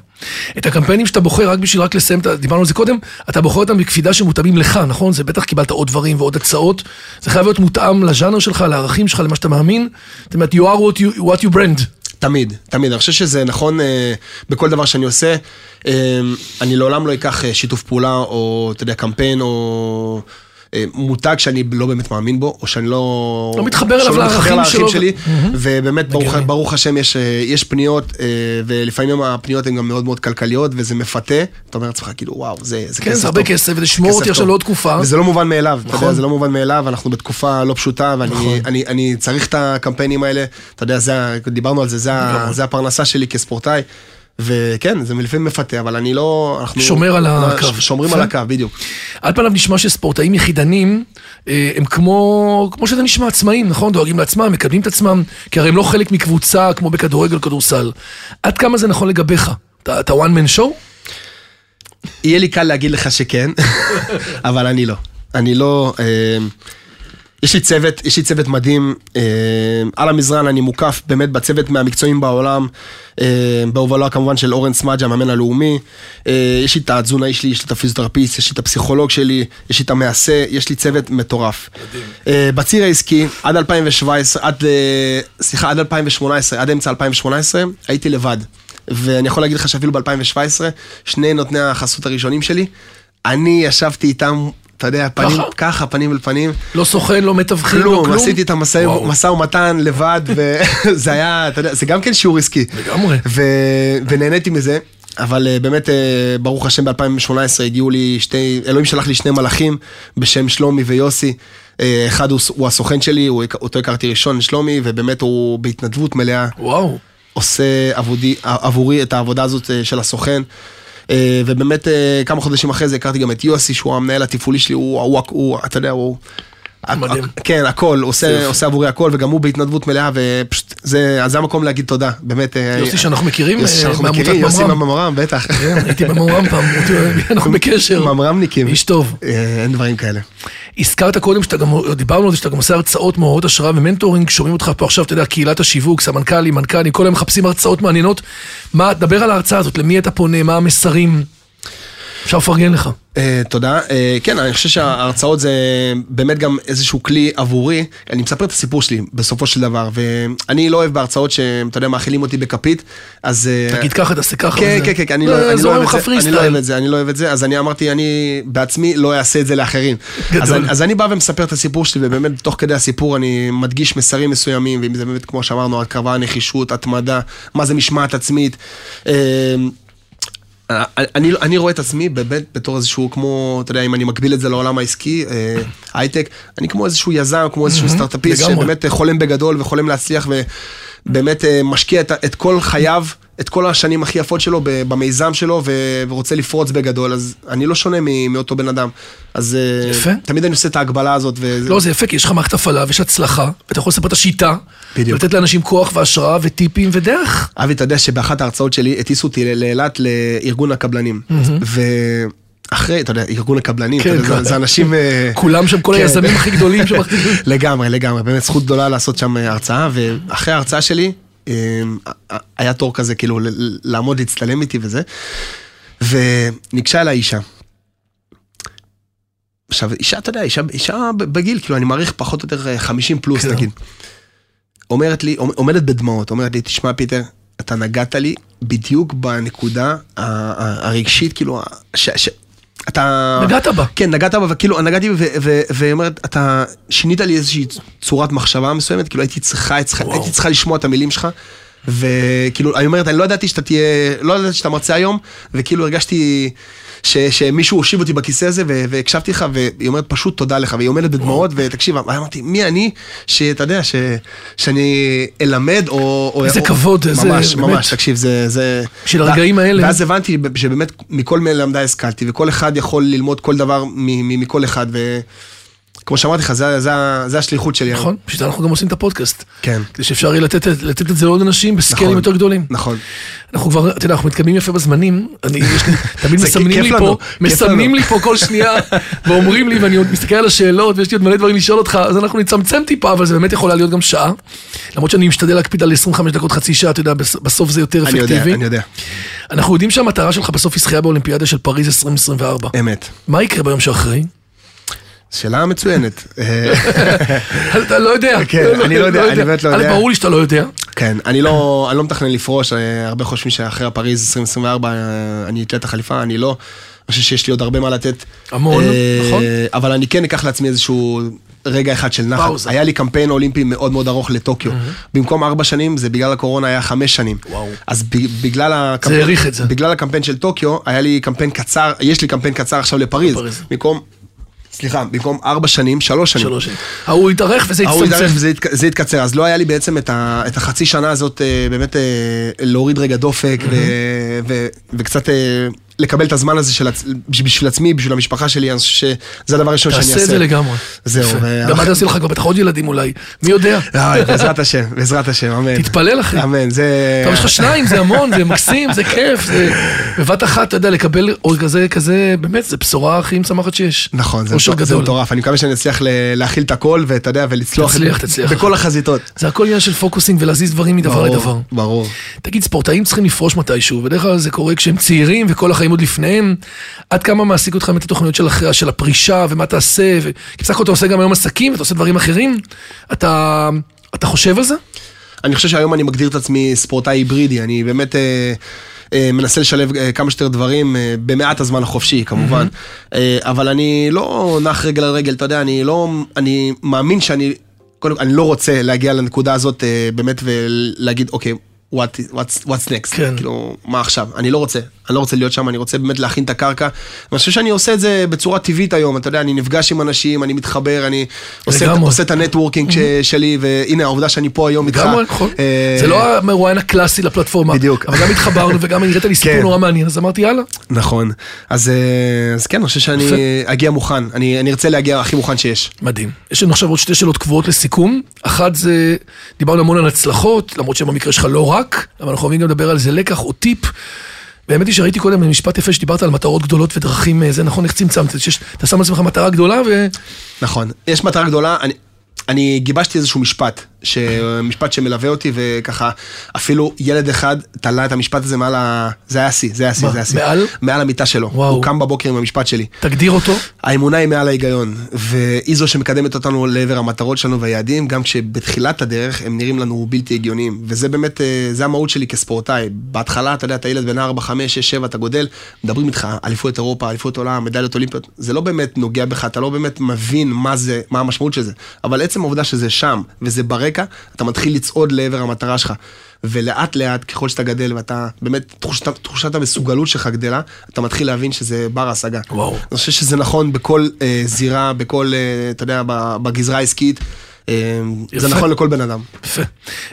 את הקמפיינים שאתה בוחר, רק בשביל רק לסיים, את ה- דיברנו על זה קודם, אתה בוחר אותם בקפידה שמותאמים לך, נכון? זה בטח קיבלת עוד דברים ועוד הצעות. זה חייב להיות מותאם לז'אנר שלך, לערכים שלך, למה שאתה מאמין. זאת אומרת, you are what you, what you brand.
תמיד, תמיד. אני חושב שזה נכון אה, בכל דבר שאני עושה. אה, אני לעולם לא אקח אה, שיתוף פעולה או, אתה יודע, קמפיין או... אה, מותג שאני לא באמת מאמין בו, או שאני לא...
לא מתחבר אליו
שלא מתחבר
לערכים שלו.
שלי,
מהמם.
ובאמת, ברוך,
הגיוני.
ברוך השם, יש, אה, יש פניות, אה, ולפעמים הפניות הן גם מאוד מאוד כלכליות, וזה מפתה. אתה אומר לעצמך, כאילו, וואו, זה, זה
כן,
כסף
זה הרבה
טוב.
כסף, וזה שמור אותי
כסף
עכשיו
טוב.
לעוד תקופה.
וזה לא מובן מאליו, אתה
נכון.
יודע, זה לא מובן מאליו, אנחנו בתקופה לא פשוטה, ואני
נכון.
אני, אני צריך את הקמפיינים האלה, אתה יודע, זה, ה- דיברנו על זה, זה, ה-
לגמרי.
זה הפרנסה שלי כספורטאי, וכן, זה מלפעמים מפתה, אבל אני לא... אנחנו,
שומר על הקו.
ש- שומרים על
בסדר?
הקו, בדיוק.
על פניו נשמע שספורטאים יחידנים אה, הם כמו, כמו שזה נשמע, עצמאים, נכון? דואגים לעצמם, מקדמים את עצמם, כי הרי הם לא חלק מקבוצה כמו בכדורגל, כדורסל. עד כמה זה נכון לגביך? אתה אתה one man show?
יהיה לי קל להגיד לך שכן, אבל אני לא. אני לא... אה, יש לי צוות, יש לי צוות מדהים. אה, על המזרן אני מוקף באמת בצוות מהמקצועיים בעולם, אה, בהובלה כמובן של אורן סמאג' המאמן הלאומי. אה, יש לי את התזונאי שלי, יש לי את הפיזיותרפיסט, יש לי את הפסיכולוג שלי, יש לי את המעשה, יש לי צוות מטורף. אה, בציר העסקי, עד 2017, עד, אה, סליחה, עד 2018, עד אמצע 2018, הייתי לבד. ואני יכול להגיד לך שאפילו ב-2017, שני נותני החסות הראשונים שלי, אני ישבתי איתם, אתה יודע, פנים,
ככה?
ככה, פנים אל פנים.
לא סוכן, לא מתווכים, לא כלום?
כלום, עשיתי את המשא
וואו.
משא ומתן לבד, וזה היה, אתה יודע, זה גם כן שיעור עסקי.
לגמרי.
ו... ונהניתי מזה, אבל אה, באמת, אה, ברוך השם, ב-2018 הגיעו לי שתי, אלוהים שלח לי שני מלאכים בשם שלומי ויוסי. אה, אחד הוא, הוא הסוכן שלי, הוא, אותו הכרתי ראשון, שלומי, ובאמת הוא בהתנדבות מלאה
וואו.
עושה עבודי, עבורי את העבודה הזאת אה, של הסוכן. אה, ובאמת אה, כמה חודשים אחרי זה הכרתי גם את יוסי שהוא המנהל התפעולי שלי, הוא, הוא, הוא אתה יודע, הוא...
מדהים.
הכ- כן, הכל, הוא עושה, עושה עבורי הכל, וגם הוא בהתנדבות מלאה, ופשוט, זה, אז זה המקום להגיד תודה, באמת. אה,
יוסי שאנחנו מכירים,
יוסי
אה,
שאנחנו
מעמותת
מכירים, יוסי
ממר"ם.
ממר"ם, בטח.
כן, הייתי במורם פעם,
כן.
אנחנו בקשר.
ממר"מניקים.
איש טוב.
אה, אין דברים כאלה.
הזכרת קודם שאתה גם, דיברנו על זה שאתה גם עושה הרצאות מעוררות השראה ומנטורינג, שומעים אותך פה עכשיו, אתה יודע, קהילת השיווק, סמנכ"לים, מנכ"לים, כל היום מחפשים הרצאות מעניינות. מה, דבר על ההרצאה הזאת, למי אתה פונה, מה המסרים? אפשר לפרגן לך.
אה, תודה. אה, כן, אני חושב שההרצאות זה באמת גם איזשהו כלי עבורי. אני מספר את הסיפור שלי בסופו של דבר, ואני לא אוהב בהרצאות שאתה יודע, מאכילים אותי בכפית, אז... אה,
תגיד ככה, תעשה ככה.
כן,
וזה.
כן, כן, כן, אני לא אני לא
זורם
אוהב
לך
את זה, אני לא
freestyle.
אוהב את זה, אני לא אוהב את זה, אז אני אמרתי, אני בעצמי לא אעשה את זה לאחרים.
גדול.
אז אני- אז אני בא ומספר את הסיפור שלי, ובאמת, תוך כדי הסיפור אני מדגיש מסרים מסוימים, ואם זה באמת, כמו שאמרנו, הקרבה, נחישות, התמדה, מה זה משמעת עצמית. אה, אני, לא- אני רואה את עצמי באמת בתור איזשהו כמו, אתה יודע, אם אני מקביל את זה לעולם העסקי, אה, הייטק, אני כמו איזשהו יזם, כמו איזשהו סטארט-אפיסט,
לגמרי.
שבאמת אה, חולם בגדול וחולם להצליח ובאמת אה, משקיע את, ה- את כל חייו, את כל השנים הכי יפות שלו ב- במיזם שלו ו, ורוצה לפרוץ בגדול, אז אני לא שונה מ, מאותו בן אדם. אז אה,
יפה.
תמיד אני עושה את ההגבלה הזאת. וזה,
לא, זה יפה, כי יש לך מערכת הפעלה ויש הצלחה, ואתה יכול לספר את השיטה,
בדיוק.
ולתת לאנשים כוח והשראה וטיפים ודרך.
אבי, אתה יודע שבאחת ההרצאות שלי הטיסו אותי ל- לאילת לארגון הקבלנים. ואחרי, אתה יודע, ארגון הקבלנים, אתה
כן,
יודע,
כבר.
זה- זה אנשים... אה,
כולם שם, כל
כן.
היזמים הכי גדולים שם.
לגמרי, לגמרי, באמת זכות גדולה לעשות שם אה, הרצאה, ואחרי ההרצאה שלי, אה, אה, היה תור כזה, כאילו, ל- ל- לעמוד, להצטלם איתי וזה, וניגשה אליי אישה. עכשיו, אישה, אתה יודע, אישה, אישה בגיל, כאילו, אני מעריך פחות או יותר אה, 50 פלוס,
כן.
נגיד. אומרת לי, עומדת בדמעות, אומרת לי, תשמע, פיטר, אתה נגעת לי בדיוק בנקודה ה- ה- הרגשית, כאילו, ה- ש... ש- אתה...
נגעת בה.
כן, נגעת בה, וכאילו, נגעתי בה, ו- ו- והיא אומרת, אתה שינית לי איזושהי צורת מחשבה מסוימת, כאילו הייתי צריכה, הייתי צריכה-
וואו.
הייתי צריכה לשמוע את המילים שלך, וכאילו, אני אומרת, אני לא ידעתי שאתה תהיה, לא ידעתי שאתה מרצה היום, וכאילו הרגשתי ש- שמישהו הושיב אותי בכיסא הזה, ו- והקשבתי לך, והיא אומרת, פשוט תודה לך, והיא עומדת בדמעות, ותקשיב, אמרתי, מי אני, שאתה יודע, ש- שאני אלמד, או... או-
איזה
או-
כבוד, איזה-
ממש,
באמת.
ממש, תקשיב, זה... זה-
של הרגעים
וה-
האלה.
ואז הבנתי שבאמת מכל מלמדיי השכלתי, וכל אחד יכול ללמוד כל דבר מ- מ- מכל אחד, וכמו שאמרתי לך, זה, זה, זה השליחות שלי.
נכון? בשביל זה אנחנו גם עושים את הפודקאסט.
כן.
כדי שאפשר יהיה לתת, לתת את זה לעוד אנשים בסקיילים
נכון.
יותר גדולים.
נכון.
אנחנו כבר, אתה יודע, אנחנו מתקדמים יפה בזמנים, אני, יש לי, תמיד
זה
מסמנים
כיף
לי
לנו,
פה,
כיף
מסמנים
לנו.
לי פה כל שנייה, ואומרים לי, ואני עוד מסתכל על השאלות, ויש לי עוד מלא דברים לשאול אותך, אז אנחנו נצמצם טיפה, אבל זה באמת יכולה להיות גם שעה. למרות שאני משתדל להקפיד על 25 דקות, חצי שעה, אתה יודע, בס- בסוף זה יותר
אני יודע,
אפקטיבי.
אני יודע.
אנחנו יודעים שהמטרה שלך בסוף היא זכייה באולימפיאדה של פריז 2024.
אמת.
מה יקרה ביום שאחרי?
שאלה מצוינת. אה,
אתה לא יודע.
כן, אני לא יודע, אני באמת לא
אבל
יודע.
ברור לי שאתה לא יודע.
כן, אני לא, אני לא מתכנן לפרוש, אה, הרבה חושבים שאחרי הפריז 2024 אה, אני אתלה את החליפה, אני לא. אני חושב שיש לי עוד הרבה מה לתת.
המון,
אה,
נכון.
אבל אני כן אקח לעצמי איזשהו רגע אחד של נחת.
פאוזה.
היה לי קמפיין אולימפי מאוד מאוד ארוך לטוקיו. במקום ארבע שנים, זה בגלל הקורונה היה חמש שנים.
וואו.
אז ב- בגלל הקמפיין...
האריך את זה.
בגלל הקמפיין של טוקיו, היה לי קמפיין קצר, יש לי קמפיין קצר עכשיו לפריז.
לפריז.
במקום... סליחה, במקום ארבע שנים, שלוש שנים.
שלוש שנים. ההוא התארך וזה
ההוא התארך
הצטמצם.
וזה התק- זה התקצר, אז לא היה לי בעצם את, ה, את החצי שנה הזאת אה, באמת אה, להוריד רגע דופק ו, ו, וקצת אה, לקבל את הזמן הזה של, עצ- בש- בשביל עצמי, בשביל המשפחה שלי, אני חושב שזה הדבר הראשון שאני אעשה.
תעשה את זה לגמרי.
זהו,
יפה.
ו-
גם עד עשי לך כבר בטח עוד ילדים אולי, מי יודע.
אה, בעזרת השם, בעזרת השם, אמן.
תתפלל אחי.
אמן, זה...
טוב, יש לך שניים,
אה,
זה המון, זה מקסים, זה כיף, זה... בבת אחת, אתה יודע, לקבל עוד כזה, כזה, באמת, זה בשורה הכי משמחת שיש.
נכון, זה
אושר
מטור- זה
גדול.
מטורף, אני מקווה שאני אצליח ל- להכיל את הכל, ואתה יודע, ולצלוח את-
תצליח, תצליח.
בכל החזיתות.
זה הכל עניין של פוקוסינג ולהזיז דברים מדבר
ברור,
לדבר.
ברור.
תגיד, ספורטאים צריכים לפרוש מתישהו, בדרך כלל זה קורה כשהם צעירים וכל החיים עוד לפניהם. עד כמה מעסיק אותך באמת התוכניות של, אחרי, של הפרישה ומה תעשה, ו... כי בסך הכל אתה עושה גם היום עסקים ואתה עושה דברים אחרים. אתה, אתה חושב על זה?
אני חושב שהיום אני מגדיר את עצמי ספורטאי היברידי, אני באמת אה, אה, מנסה לשלב אה, כמה שיותר דברים אה, במעט הזמן החופשי, כמובן. אה, אבל אני לא נח רגל על רגל, אתה יודע, אני לא, אני מאמין שאני, קודם כל, אני לא רוצה להגיע לנקודה הזאת אה, באמת ולהגיד, אוקיי. What, what's, what's next,
כן.
כאילו, מה עכשיו? אני לא רוצה, אני לא רוצה להיות שם, אני רוצה באמת להכין את הקרקע. ואני חושב שאני עושה את זה בצורה טבעית היום, אתה יודע, אני נפגש עם אנשים, אני מתחבר, אני עושה,
לגמרי.
עושה את הנטוורקינג ש- שלי, והנה העובדה שאני פה היום איתך.
לגמרי, נכון.
אה,
זה לא המרואיין הקלאסי לפלטפורמה.
בדיוק.
אבל גם התחברנו וגם הראית לי סיפור
כן.
נורא מעניין, אז אמרתי, יאללה.
נכון. אז אה, אז כן, אני חושב שאני
יפה.
אגיע מוכן. אני אני ארצה להגיע הכי מוכן שיש.
מדהים. יש לנו עכשיו עוד שתי שאלות קבועות לסיכום. אחת זה, דיברנו המון על הצלחות, למרות שבמקרה שלך לא רק, אבל אנחנו אוהבים גם לדבר על זה לקח או טיפ. והאמת היא שראיתי קודם משפט יפה שדיברת על מטרות גדולות ודרכים, אה, זה נכון, איך צמצמת? את זה שיש- אתה שם לעצמך מטרה גדולה ו...
נכון. יש מטרה גדולה, אני- אני גיבשתי איזשהו משפט, ש- משפט שמלווה אותי, וככה, אפילו ילד אחד תלה את המשפט הזה מעל ה... זה היה השיא, זה היה השיא,
מה,
זה היה השיא.
מעל?
מעל המיטה שלו.
וואו.
הוא קם בבוקר עם המשפט שלי.
תגדיר אותו.
האמונה היא מעל ההיגיון, והיא זו שמקדמת אותנו לעבר המטרות שלנו והיעדים, גם כשבתחילת הדרך הם נראים לנו בלתי הגיוניים. וזה באמת, אה, זה המהות שלי כספורטאי. בהתחלה, אתה יודע, אתה ילד בן 4, 5, 6, 7, אתה גודל, מדברים איתך, אליפויות אירופה, אליפויות עולם, מדליות אולימפיות, זה לא באמת נוגע בך, אתה לא באמת מבין מה זה, מה המשמעות של זה. אבל עצם העובדה שזה שם, וזה ברקע, אתה מתחיל לצעוד לעבר המטרה שלך. ולאט לאט, ככל שאתה גדל ואתה, באמת, תחושת, תחושת המסוגלות שלך גדלה, אתה מתחיל להבין שזה בר השגה.
וואו.
אני חושב שזה נכון בכל אה, זירה, בכל, אה, אתה יודע, ב- בגזרה העסקית. אה,
יפה.
זה נכון לכל בן אדם.
יפה.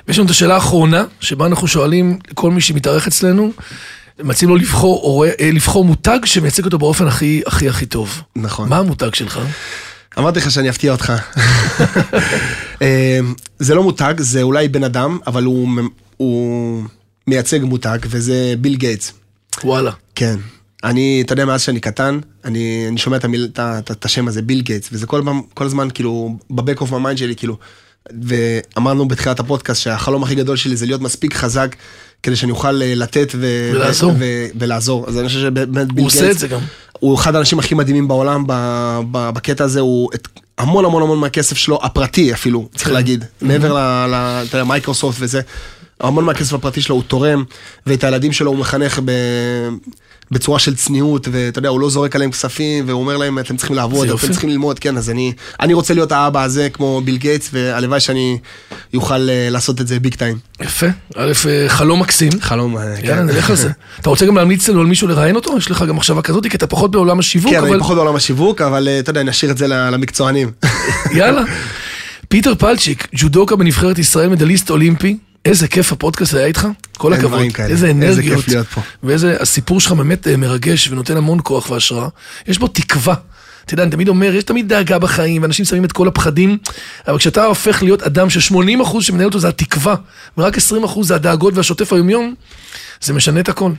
ויש לנו את השאלה האחרונה, שבה אנחנו שואלים כל מי שמתארח אצלנו, מציעים לו לבחור, הורה- אה, לבחור מותג שמייצג אותו באופן הכי הכי הכי טוב.
נכון.
מה המותג שלך?
אמרתי לך שאני אפתיע אותך. אה, זה לא מותג, זה אולי בן אדם, אבל הוא, מ- הוא מייצג מותג, וזה ביל גייטס.
וואלה.
כן. אני, אתה יודע, מאז שאני קטן, אני, אני שומע את, המיל, את, ה- את, ה- את השם הזה, ביל גייטס, וזה כל, פעם- כל הזמן, כאילו, בבק אוף המיינד שלי, כאילו. ואמרנו בתחילת הפודקאסט שהחלום הכי גדול שלי זה להיות מספיק חזק כדי שאני אוכל אה, לתת ו-
ולעזור.
ו- ו- ולעזור. אז אני חושב שבאמת ביל גייטס...
הוא עושה את זה גם.
הוא אחד האנשים הכי מדהימים בעולם ב- ב- בקטע הזה, הוא את המון המון המון מהכסף שלו, הפרטי אפילו,
כן.
צריך להגיד,
Mm-hmm.
מעבר ל- ל- אתה יודע, מייקרוסופט וזה, המון מהכסף הפרטי שלו הוא תורם, ואת הילדים שלו הוא מחנך ב... בצורה של צניעות, ואתה יודע, הוא לא זורק עליהם כספים, והוא אומר להם, אתם צריכים לעבוד,
יופי.
אתם צריכים ללמוד, כן, אז אני, אני רוצה להיות האבא הזה כמו ביל גייטס, והלוואי שאני אוכל אה, לעשות את זה ביג טיים.
יפה. א', אה, חלום מקסים.
חלום, אה, כן.
יאללה, נלך על זה. אתה רוצה גם להמליץ לנו על מישהו לראיין אותו? יש לך גם מחשבה כזאת? כי אתה פחות בעולם השיווק,
כן,
אבל
אני פחות בעולם השיווק, אבל אה, אתה יודע, נשאיר את זה ל- למקצוענים.
יאללה. פיטר פלצ'יק, ג'ודוקה בנבחרת ישראל, מדליסט אולימפי. איזה כיף הפודקאסט היה איתך, כל
אין
הכבוד,
דברים כאלה.
איזה
איזה
אנרגיות,
כיף להיות פה.
ואיזה, הסיפור שלך באמת אה, מרגש ונותן המון כוח והשראה, יש בו תקווה, אתה יודע, אני תמיד אומר, יש תמיד דאגה בחיים, ואנשים שמים את כל הפחדים, אבל כשאתה הופך להיות אדם ש-80% שמנהל אותו זה התקווה, ורק 20% זה הדאגות והשוטף היומיום, זה משנה את הכל.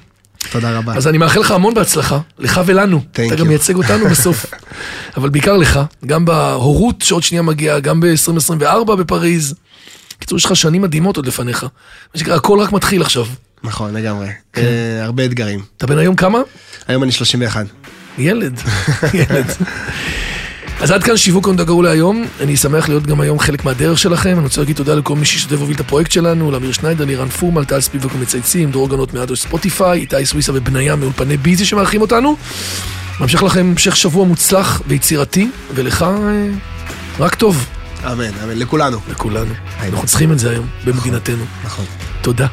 תודה רבה.
אז אני מאחל לך המון בהצלחה, לך ולנו.
Thank
אתה גם
you.
מייצג אותנו בסוף. אבל בעיקר לך, גם בהורות שעוד שנייה מגיעה, גם ב-2024 בפריז. קיצור, יש לך שנים מדהימות עוד לפניך. מה שנקרא, הכל רק מתחיל עכשיו.
נכון, לגמרי. אה, הרבה אתגרים.
אתה בן היום כמה?
היום אני 31.
ילד. ילד. אז עד כאן שיווק on the go להיום, אני שמח להיות גם היום חלק מהדרך שלכם, אני רוצה להגיד תודה לכל מי שהשתתף והוביל את הפרויקט שלנו, לאמיר שניידר, לירן פורמן, טל ספיבק ומצייצים, דרור גנות מאדו ספוטיפיי, איתי סוויסה ובניה מאולפני ביזי שמארחים אותנו, ממשיך לכם המשך שבוע מוצלח ויצירתי, ולך אה, רק טוב
אמן, אמן, לכולנו.
לכולנו. אנחנו צריכים את זה היום במדינתנו.
נכון.
תודה.